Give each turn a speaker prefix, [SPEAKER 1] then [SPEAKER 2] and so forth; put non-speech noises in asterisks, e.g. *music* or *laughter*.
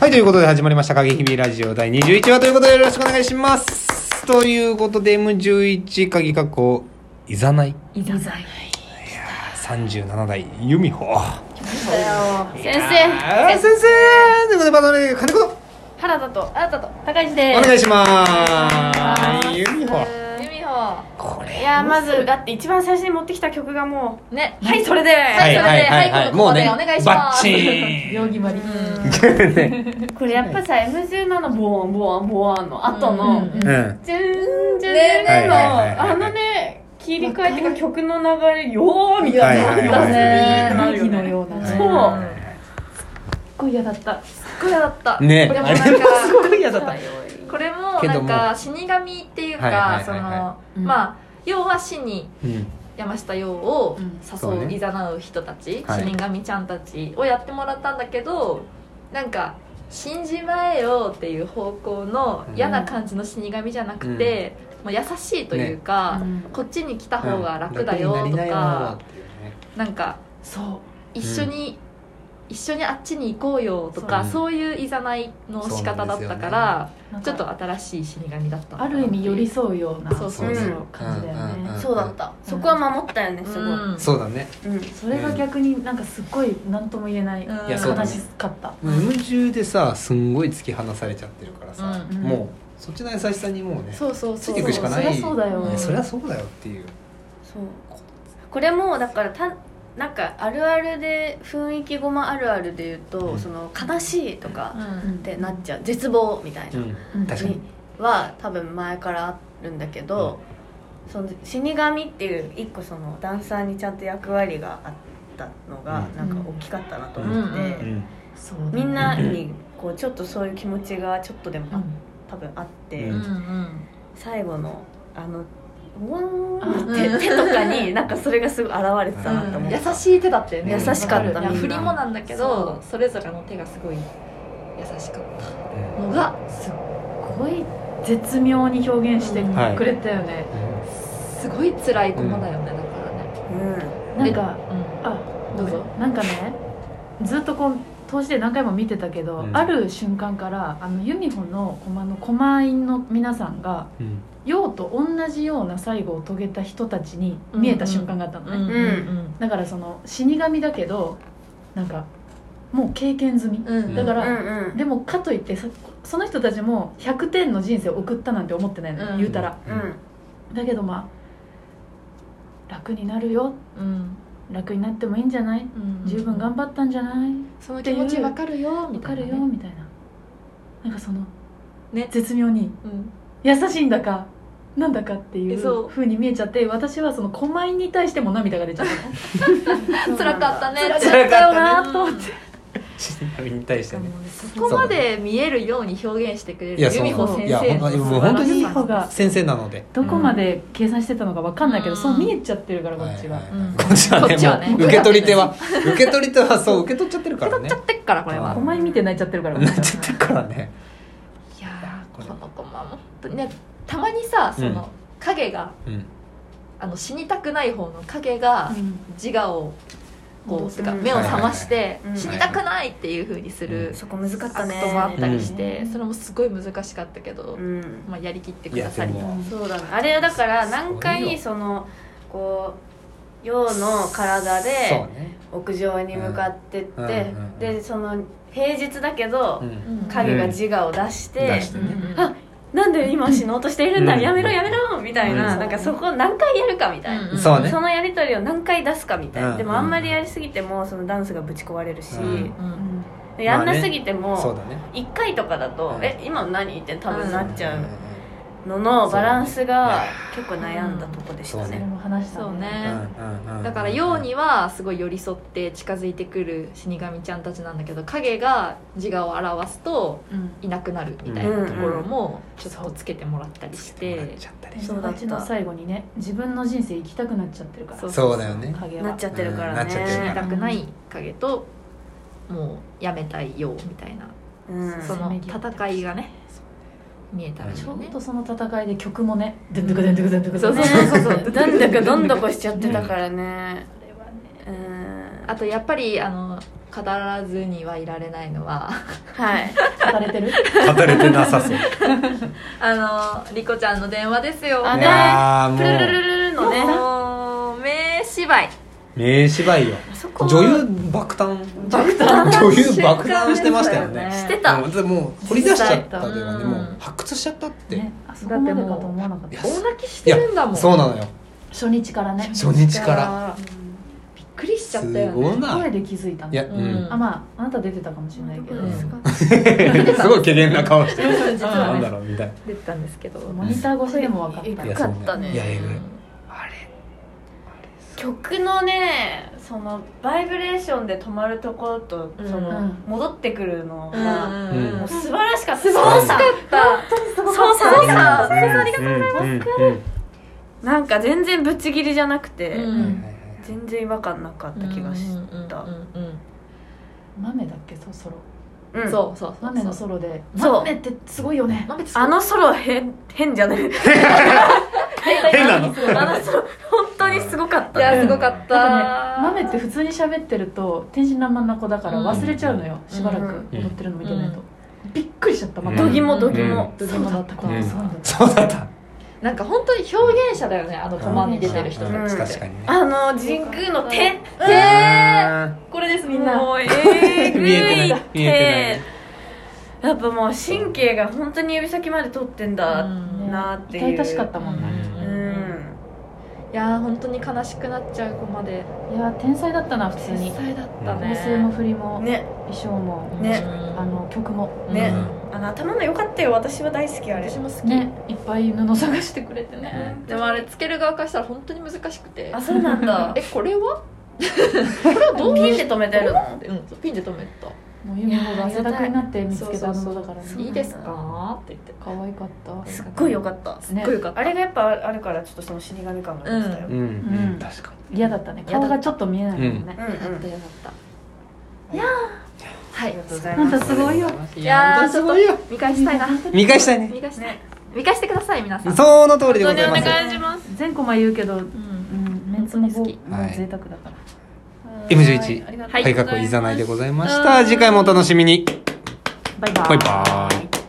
[SPEAKER 1] はい、ということで始まりました、影日々ラジオ第21話ということでよろしくお願いします。ということで、M11 鍵括弧、いざない。い
[SPEAKER 2] いざない
[SPEAKER 1] やー、37代、由美穂。
[SPEAKER 2] 先
[SPEAKER 1] あー
[SPEAKER 2] 生
[SPEAKER 1] 先生ということで、バトル、金子と、
[SPEAKER 2] 原田と新田と高橋で
[SPEAKER 1] お
[SPEAKER 2] す
[SPEAKER 1] 願いしま。
[SPEAKER 2] 願いしますす
[SPEAKER 1] 由美穂。
[SPEAKER 2] ユミホ
[SPEAKER 1] これ。
[SPEAKER 3] いやまずだって一番最初に持ってきた曲がも
[SPEAKER 2] ね
[SPEAKER 3] うはいそれで、
[SPEAKER 2] はいそれではい
[SPEAKER 1] もうね
[SPEAKER 2] ここでお願い、し
[SPEAKER 1] バ
[SPEAKER 2] ま
[SPEAKER 1] ッ
[SPEAKER 2] す
[SPEAKER 1] チー
[SPEAKER 3] *laughs*
[SPEAKER 2] 容
[SPEAKER 1] ン
[SPEAKER 2] 疑まり
[SPEAKER 3] これやっぱさ M17 のボーンボーンボーンの後の
[SPEAKER 2] うん
[SPEAKER 1] うん。
[SPEAKER 3] 「ジューンジューン」
[SPEAKER 2] ね
[SPEAKER 1] えねえ
[SPEAKER 3] の
[SPEAKER 1] はいはいはいはい
[SPEAKER 3] あのね切り替えっていうか曲の流れよーみたいな
[SPEAKER 1] はいはい
[SPEAKER 2] だ
[SPEAKER 1] はい
[SPEAKER 2] ね
[SPEAKER 3] なるよ
[SPEAKER 2] 凪
[SPEAKER 3] ね
[SPEAKER 2] のような
[SPEAKER 3] そ
[SPEAKER 2] ね
[SPEAKER 3] う
[SPEAKER 2] すっ
[SPEAKER 3] ごい嫌だったす
[SPEAKER 2] ごい嫌だった
[SPEAKER 1] ね
[SPEAKER 2] これもなんか
[SPEAKER 1] あれもすごい嫌だった
[SPEAKER 2] これも
[SPEAKER 1] け
[SPEAKER 2] な
[SPEAKER 1] ど
[SPEAKER 2] ん
[SPEAKER 1] も
[SPEAKER 2] か死神っていう
[SPEAKER 1] はいはいはいは
[SPEAKER 2] か
[SPEAKER 1] い
[SPEAKER 2] その
[SPEAKER 3] うん
[SPEAKER 2] まあ要は死に
[SPEAKER 1] うん。
[SPEAKER 2] 山下洋を
[SPEAKER 1] そう
[SPEAKER 2] 誘う
[SPEAKER 1] ね
[SPEAKER 2] いざなう人たち、
[SPEAKER 1] はい
[SPEAKER 2] 死神ちゃんたちをやってもらったんだけどなんか信じまえよっていう方向の嫌な感じの死神じゃなくて、もう優しいというか、
[SPEAKER 3] ねうん
[SPEAKER 2] こっちに来た方が楽だよ
[SPEAKER 1] 楽に
[SPEAKER 2] と
[SPEAKER 1] なりな
[SPEAKER 2] か
[SPEAKER 1] よ、っていうね
[SPEAKER 2] なんか
[SPEAKER 3] そう
[SPEAKER 2] 一緒に、一緒にあっちに行こうよとか
[SPEAKER 1] そ
[SPEAKER 2] そう,、いういざないの仕方だったから、
[SPEAKER 3] なんか
[SPEAKER 2] ちょっと新しい死神だった
[SPEAKER 3] ある意味寄り添うような
[SPEAKER 2] そうそう
[SPEAKER 1] そう
[SPEAKER 3] 感じだよ
[SPEAKER 1] うんうんう
[SPEAKER 3] ね
[SPEAKER 1] ん
[SPEAKER 4] そうだった、そこは守ったよねすごい、
[SPEAKER 2] うん
[SPEAKER 1] そうだね。
[SPEAKER 4] うん
[SPEAKER 3] それが逆になんかすっごい何とも言えない
[SPEAKER 2] うん
[SPEAKER 1] いやそうだ
[SPEAKER 3] 悲
[SPEAKER 1] ね
[SPEAKER 3] しかった
[SPEAKER 1] もう M10 でさすんごい突き放されちゃってるからさ、
[SPEAKER 2] うん
[SPEAKER 1] もうそっちの優しさにもうね
[SPEAKER 2] そうそうそう
[SPEAKER 1] ついていくしかない
[SPEAKER 3] そりゃそうだよ
[SPEAKER 1] ねそりゃそうだよっていう
[SPEAKER 4] そうこれもだからたなんかあるあるで雰囲気ごまあるあるで言うと、
[SPEAKER 1] うん
[SPEAKER 4] その悲しいと
[SPEAKER 2] う
[SPEAKER 4] か
[SPEAKER 2] ん
[SPEAKER 4] ってなっちゃう絶望みたいな、
[SPEAKER 3] うん
[SPEAKER 1] 確かに
[SPEAKER 4] は多分前からあるんだけど、その死神っていう一個そのダンサーにちゃんと役割があったのが
[SPEAKER 1] うん
[SPEAKER 4] なんか大きかったなと思っ
[SPEAKER 2] うん
[SPEAKER 4] て、
[SPEAKER 1] うん
[SPEAKER 3] そうだね
[SPEAKER 4] みんなにこうちょっとそういう気持ちがちょっとでもあ多分あって、
[SPEAKER 1] う
[SPEAKER 2] うんんうん
[SPEAKER 4] 最後のあのうわー
[SPEAKER 2] う
[SPEAKER 4] っ
[SPEAKER 2] ん
[SPEAKER 4] て手とかになんかそれがすごい現れてたなって
[SPEAKER 2] う
[SPEAKER 4] 思
[SPEAKER 2] ん
[SPEAKER 4] っ
[SPEAKER 2] 優
[SPEAKER 4] た、
[SPEAKER 2] しい手だったよね
[SPEAKER 4] 優しか
[SPEAKER 2] いや
[SPEAKER 4] ったみんな
[SPEAKER 2] 振りもなんだけどそれぞれの手がすごい優しかったのがす
[SPEAKER 3] すごい絶妙に表現して
[SPEAKER 1] はい
[SPEAKER 3] くれたよね、
[SPEAKER 2] すごい辛い駒だよねだからね
[SPEAKER 3] なんかあ
[SPEAKER 2] どうぞ
[SPEAKER 3] なんかねずっとこう通して何回も見てたけど、
[SPEAKER 1] うん
[SPEAKER 3] ある瞬間からあのユミホの駒の駒員の皆さんが
[SPEAKER 1] うんうん
[SPEAKER 3] 陽と同じような最後を遂げた人たちに見えた瞬間があったのね、
[SPEAKER 4] ん
[SPEAKER 3] だからその死神だけどなんかもう経験済み、
[SPEAKER 2] うんん
[SPEAKER 3] だから、
[SPEAKER 4] うんうん
[SPEAKER 3] でもかといってそその人たちも100点の人生を送ったなんて思ってないの、
[SPEAKER 2] うん
[SPEAKER 3] 言うたら
[SPEAKER 4] うん
[SPEAKER 3] だけどまあ楽になるよ
[SPEAKER 2] うん
[SPEAKER 3] 楽になってもいいんじゃない
[SPEAKER 2] うん
[SPEAKER 3] 十分頑張ったんじゃない
[SPEAKER 2] その気持ちわかるよ
[SPEAKER 3] わ
[SPEAKER 2] みた
[SPEAKER 3] か
[SPEAKER 2] いな
[SPEAKER 3] る
[SPEAKER 2] ね
[SPEAKER 3] よみたいななんかその
[SPEAKER 2] ね
[SPEAKER 3] 絶妙に
[SPEAKER 2] うん
[SPEAKER 3] 優しいんだかなんだかってい
[SPEAKER 2] え
[SPEAKER 3] う
[SPEAKER 2] そう
[SPEAKER 3] ふうに見えちゃって私はその狛犬に対しても涙が出ちゃったの
[SPEAKER 2] *laughs* 辛かったね
[SPEAKER 1] 辛かったね
[SPEAKER 3] だよなと思って
[SPEAKER 1] 死神に対してね
[SPEAKER 2] そこまで見えるように表現してくれ
[SPEAKER 1] いや
[SPEAKER 2] る
[SPEAKER 1] そ
[SPEAKER 2] 由
[SPEAKER 1] う
[SPEAKER 2] 美子先
[SPEAKER 1] いや
[SPEAKER 2] 生
[SPEAKER 1] ほん
[SPEAKER 2] の
[SPEAKER 1] ともう本
[SPEAKER 2] 素晴
[SPEAKER 1] 当
[SPEAKER 2] ら
[SPEAKER 1] に
[SPEAKER 2] し
[SPEAKER 3] ユミ
[SPEAKER 2] さ
[SPEAKER 3] ホが
[SPEAKER 1] 先生なので
[SPEAKER 3] どこまで計算してたのかわかんないけど、
[SPEAKER 2] うん
[SPEAKER 3] そう見えちゃってるからこ
[SPEAKER 1] は
[SPEAKER 3] っ
[SPEAKER 1] い
[SPEAKER 3] ち
[SPEAKER 1] は
[SPEAKER 3] は、
[SPEAKER 1] いはい
[SPEAKER 2] うん
[SPEAKER 1] こっちは
[SPEAKER 2] こっちはね
[SPEAKER 1] ねもう受け取り手は受け取り手はそう受け取っちゃってるから
[SPEAKER 2] 取っ
[SPEAKER 1] ね
[SPEAKER 2] ちゃってっからこれは
[SPEAKER 1] う
[SPEAKER 3] 狛
[SPEAKER 1] ん
[SPEAKER 3] 犬見て泣いちゃってるからこっ
[SPEAKER 1] なっ
[SPEAKER 3] ちは
[SPEAKER 1] ちゃってるからね
[SPEAKER 2] いやー
[SPEAKER 1] これ
[SPEAKER 2] この駒も本当にねたまにさそ
[SPEAKER 1] うん
[SPEAKER 2] の影が
[SPEAKER 1] うん
[SPEAKER 2] あの死にたくない方の影が
[SPEAKER 3] うん
[SPEAKER 2] 自我をこうてか
[SPEAKER 4] うん
[SPEAKER 2] 目を覚まして
[SPEAKER 4] はいはいはい
[SPEAKER 2] 死にたくないっていうふうにす
[SPEAKER 1] う
[SPEAKER 2] る
[SPEAKER 4] そこ難か
[SPEAKER 2] ア
[SPEAKER 4] ったね
[SPEAKER 2] クトもあったりして
[SPEAKER 3] うん
[SPEAKER 2] それもすごい難しかったけど
[SPEAKER 4] うん
[SPEAKER 2] まあやりきってくださり
[SPEAKER 1] いやでも
[SPEAKER 4] そうだねあれだから何
[SPEAKER 1] すごい
[SPEAKER 4] 回
[SPEAKER 1] よ
[SPEAKER 4] そのこう陽の体
[SPEAKER 1] そ
[SPEAKER 4] で
[SPEAKER 1] うね
[SPEAKER 4] 屋上に向かってって、
[SPEAKER 1] うんうんうんうん
[SPEAKER 4] でその平日だけど、
[SPEAKER 1] うん
[SPEAKER 4] 影が自我を出して,、
[SPEAKER 1] 出してね
[SPEAKER 2] うん
[SPEAKER 4] あなんで今死のうとしているんだ、
[SPEAKER 1] うん
[SPEAKER 4] やめろやめろみたいな、
[SPEAKER 1] うん
[SPEAKER 4] なんかそこを何回やるかみたいな、
[SPEAKER 2] うん
[SPEAKER 1] そうね
[SPEAKER 4] そのやり取りを何回出すかみたいな、
[SPEAKER 1] うん
[SPEAKER 4] でもあんまりやりすぎてもそのダンスがぶち壊れるし、
[SPEAKER 1] うん
[SPEAKER 2] うん
[SPEAKER 3] うん
[SPEAKER 4] でやんなすぎても、
[SPEAKER 1] そうだね
[SPEAKER 4] 1回とかだと、
[SPEAKER 1] うん
[SPEAKER 4] え今の何って多分なっちゃ
[SPEAKER 1] んん
[SPEAKER 4] うののバランスが
[SPEAKER 1] そ
[SPEAKER 4] 結構悩んだとこでした
[SPEAKER 1] そう
[SPEAKER 3] そ
[SPEAKER 1] ね
[SPEAKER 3] れ
[SPEAKER 4] ね、
[SPEAKER 3] も話した
[SPEAKER 2] そうね
[SPEAKER 1] うんうんうん
[SPEAKER 2] だから陽にはすごい寄り添って近づいてくる死神ちゃんたちなんだけど影が自我を表すと
[SPEAKER 3] うん
[SPEAKER 2] いなくなるみたいなところもちょっとつけてもらったりし
[SPEAKER 1] もらってちゃったり
[SPEAKER 3] で
[SPEAKER 1] して
[SPEAKER 4] そうだった
[SPEAKER 3] 友達の最後にね自分の人生生きたくなっちゃってるから
[SPEAKER 2] そう
[SPEAKER 1] そうだよね
[SPEAKER 3] 影は
[SPEAKER 4] なっちゃってるから
[SPEAKER 1] うんなっ
[SPEAKER 4] ね
[SPEAKER 1] ちゃって
[SPEAKER 2] 死
[SPEAKER 1] る
[SPEAKER 2] に
[SPEAKER 1] か
[SPEAKER 2] た
[SPEAKER 1] ら
[SPEAKER 2] くない影ともうやめたい陽みたいな
[SPEAKER 4] うん
[SPEAKER 2] その戦いがね見えたらいい
[SPEAKER 3] ち
[SPEAKER 2] よ
[SPEAKER 3] ょ
[SPEAKER 2] ね
[SPEAKER 3] っとその戦いで曲もね「ドゥンドゥクドゥンドゥクドゥンドゥクドゥンドゥク」
[SPEAKER 2] そうそうそうそう
[SPEAKER 4] なんだかどんどこしちゃってたから
[SPEAKER 3] あ
[SPEAKER 4] ね
[SPEAKER 3] れはね
[SPEAKER 4] うん
[SPEAKER 2] あとやっぱりあの語らずにはいられないのは
[SPEAKER 4] はい
[SPEAKER 3] 語れてる
[SPEAKER 1] 語れてなさそう
[SPEAKER 2] *laughs* あのリコちゃんの電話ですよ
[SPEAKER 3] あ
[SPEAKER 1] いやー
[SPEAKER 3] ねプルルルルルのね
[SPEAKER 2] もう名芝居
[SPEAKER 1] 名芝居よ
[SPEAKER 2] そこは
[SPEAKER 1] 女優爆誕
[SPEAKER 3] 爆弾
[SPEAKER 1] 女優爆誕してましたよね
[SPEAKER 2] してた
[SPEAKER 1] もうでもう掘り出しちゃったというかね
[SPEAKER 2] うん
[SPEAKER 1] もう発掘しちゃったって、
[SPEAKER 3] ねあそこまでかと思わなかっ
[SPEAKER 1] いや
[SPEAKER 3] た
[SPEAKER 2] 大泣きしてるんだもん
[SPEAKER 1] そうなのよ
[SPEAKER 3] 初日からね
[SPEAKER 1] 初日から
[SPEAKER 2] びっくりしちゃ
[SPEAKER 1] す
[SPEAKER 2] ったよ
[SPEAKER 1] ご
[SPEAKER 2] ね
[SPEAKER 1] いない
[SPEAKER 3] 声で気づいたの
[SPEAKER 1] や、う
[SPEAKER 2] うん
[SPEAKER 1] ん、
[SPEAKER 3] あまああなた出てたかもしれないけど、
[SPEAKER 2] う
[SPEAKER 1] *laughs*
[SPEAKER 2] ん
[SPEAKER 1] すごい怪訝な顔
[SPEAKER 2] *laughs*
[SPEAKER 1] してる
[SPEAKER 3] 実
[SPEAKER 1] な
[SPEAKER 3] は
[SPEAKER 1] ん
[SPEAKER 3] ね
[SPEAKER 1] だろうみたいな
[SPEAKER 2] 出てたんですけど
[SPEAKER 3] モニター越しでも分かった
[SPEAKER 1] いや
[SPEAKER 4] よかったね
[SPEAKER 1] そういやえぐい
[SPEAKER 4] あれ曲のねそのバイブレーションで止まるところと、
[SPEAKER 2] うん
[SPEAKER 4] その
[SPEAKER 3] うん
[SPEAKER 4] 戻ってくるの
[SPEAKER 2] うん
[SPEAKER 4] が、
[SPEAKER 1] うん
[SPEAKER 4] もう
[SPEAKER 2] す
[SPEAKER 4] 素晴らしかった
[SPEAKER 2] 素晴らしかった
[SPEAKER 4] そうそう
[SPEAKER 2] そ
[SPEAKER 4] そうう
[SPEAKER 2] さ
[SPEAKER 1] うんうんありがとうございます、うんうん
[SPEAKER 4] なんか全然ぶっちぎりじゃなくて、
[SPEAKER 2] うん
[SPEAKER 1] うん
[SPEAKER 2] うん
[SPEAKER 4] 全然違和感なかった気がし
[SPEAKER 2] うんうんうん
[SPEAKER 3] 豆だっけそうソロ
[SPEAKER 4] うん
[SPEAKER 2] うんそうそうそう
[SPEAKER 3] 豆のソロで
[SPEAKER 4] そう
[SPEAKER 3] 豆ってすごいよね
[SPEAKER 2] 豆ってすごい
[SPEAKER 4] あのソロ変変じゃない
[SPEAKER 1] 変なの
[SPEAKER 4] あのソロ *laughs* 本当にすごかっ
[SPEAKER 2] い
[SPEAKER 4] た
[SPEAKER 2] やすごかっ
[SPEAKER 3] な
[SPEAKER 2] た
[SPEAKER 3] んかね豆って普通に喋ってると天真爛漫な子だから忘れちゃうのよ、
[SPEAKER 2] うん
[SPEAKER 3] しばら
[SPEAKER 4] う
[SPEAKER 3] く
[SPEAKER 4] ん
[SPEAKER 3] 踊ってるの見てないと、びっくりしちゃったまた、
[SPEAKER 1] う
[SPEAKER 4] ど
[SPEAKER 1] ん
[SPEAKER 4] ぎもどぎも、
[SPEAKER 3] どぎもだったか
[SPEAKER 1] う
[SPEAKER 3] ら
[SPEAKER 1] ん
[SPEAKER 3] そうなんだよ
[SPEAKER 1] そうだった
[SPEAKER 2] なんか本当に表現者だよねあのコマに出てる人
[SPEAKER 1] うん
[SPEAKER 2] たちって
[SPEAKER 1] 確かにね
[SPEAKER 4] あの神宮の手
[SPEAKER 3] これですみんな
[SPEAKER 4] もうえーぐ
[SPEAKER 1] 見えて
[SPEAKER 4] い
[SPEAKER 1] ない見え
[SPEAKER 4] やっぱもう神経が本当に指先まで取ってんだなっていう、
[SPEAKER 3] 痛々しかったもんな、
[SPEAKER 1] うん
[SPEAKER 4] う
[SPEAKER 2] うん
[SPEAKER 4] ん
[SPEAKER 2] いやー本当に悲しくなっちゃうコマで
[SPEAKER 3] いや天才だったな普通に
[SPEAKER 2] 天才だった
[SPEAKER 3] 構
[SPEAKER 2] ね
[SPEAKER 3] 成も振りも
[SPEAKER 4] ね
[SPEAKER 3] 衣装も、
[SPEAKER 4] ね
[SPEAKER 3] あの曲も
[SPEAKER 2] うん
[SPEAKER 4] ね
[SPEAKER 1] う
[SPEAKER 4] あの頭の良かったよ私は大好きあれ
[SPEAKER 2] 私も好き
[SPEAKER 3] ねいっぱい布探してくれてね
[SPEAKER 2] ねでもあれつける側からしたら本当に難しくて
[SPEAKER 4] あそうなんだ
[SPEAKER 2] *laughs* えこれ
[SPEAKER 4] *laughs*
[SPEAKER 2] はこれはどう
[SPEAKER 4] ピンで止めてるの
[SPEAKER 2] うんそうピンで止めた
[SPEAKER 3] もうゆみほが汗だくになって見つけた布だから
[SPEAKER 4] そう
[SPEAKER 2] い
[SPEAKER 3] ね
[SPEAKER 2] いですかって言って
[SPEAKER 3] 可愛かった
[SPEAKER 4] すっごい良かった
[SPEAKER 2] すっごいよかった
[SPEAKER 4] あれがやっぱあるからちょっとその死神感が出てたよ、
[SPEAKER 1] んうん、
[SPEAKER 3] うん
[SPEAKER 1] 確か
[SPEAKER 3] 嫌だったね顔がちょっと見えないもんね、
[SPEAKER 4] うん
[SPEAKER 2] よかったよかったいやーは
[SPEAKER 4] あ
[SPEAKER 2] い
[SPEAKER 4] りがとうござい
[SPEAKER 3] な
[SPEAKER 4] ま
[SPEAKER 3] ん
[SPEAKER 4] す
[SPEAKER 3] かすごいよ
[SPEAKER 1] に
[SPEAKER 2] い
[SPEAKER 1] 本
[SPEAKER 2] や
[SPEAKER 1] 当
[SPEAKER 2] ー
[SPEAKER 1] に
[SPEAKER 2] ち
[SPEAKER 1] す
[SPEAKER 2] ょっと
[SPEAKER 1] ごいよ
[SPEAKER 2] 見返したいな
[SPEAKER 1] 見返したいね
[SPEAKER 2] 見返して
[SPEAKER 4] ね
[SPEAKER 2] 見返してください皆さん
[SPEAKER 1] その通りでございます
[SPEAKER 4] 本当にお願いします
[SPEAKER 3] 全コマ言うけど、うん、
[SPEAKER 2] うん
[SPEAKER 3] メンツも豪
[SPEAKER 2] 本当に
[SPEAKER 1] 好き
[SPEAKER 3] もう贅沢だから、
[SPEAKER 1] M11
[SPEAKER 4] はいありがとうございます
[SPEAKER 1] 改革いざないでございまし
[SPEAKER 4] は
[SPEAKER 1] た
[SPEAKER 4] い
[SPEAKER 1] 次回もお楽しみに
[SPEAKER 3] バイバーイ
[SPEAKER 1] バイバーイ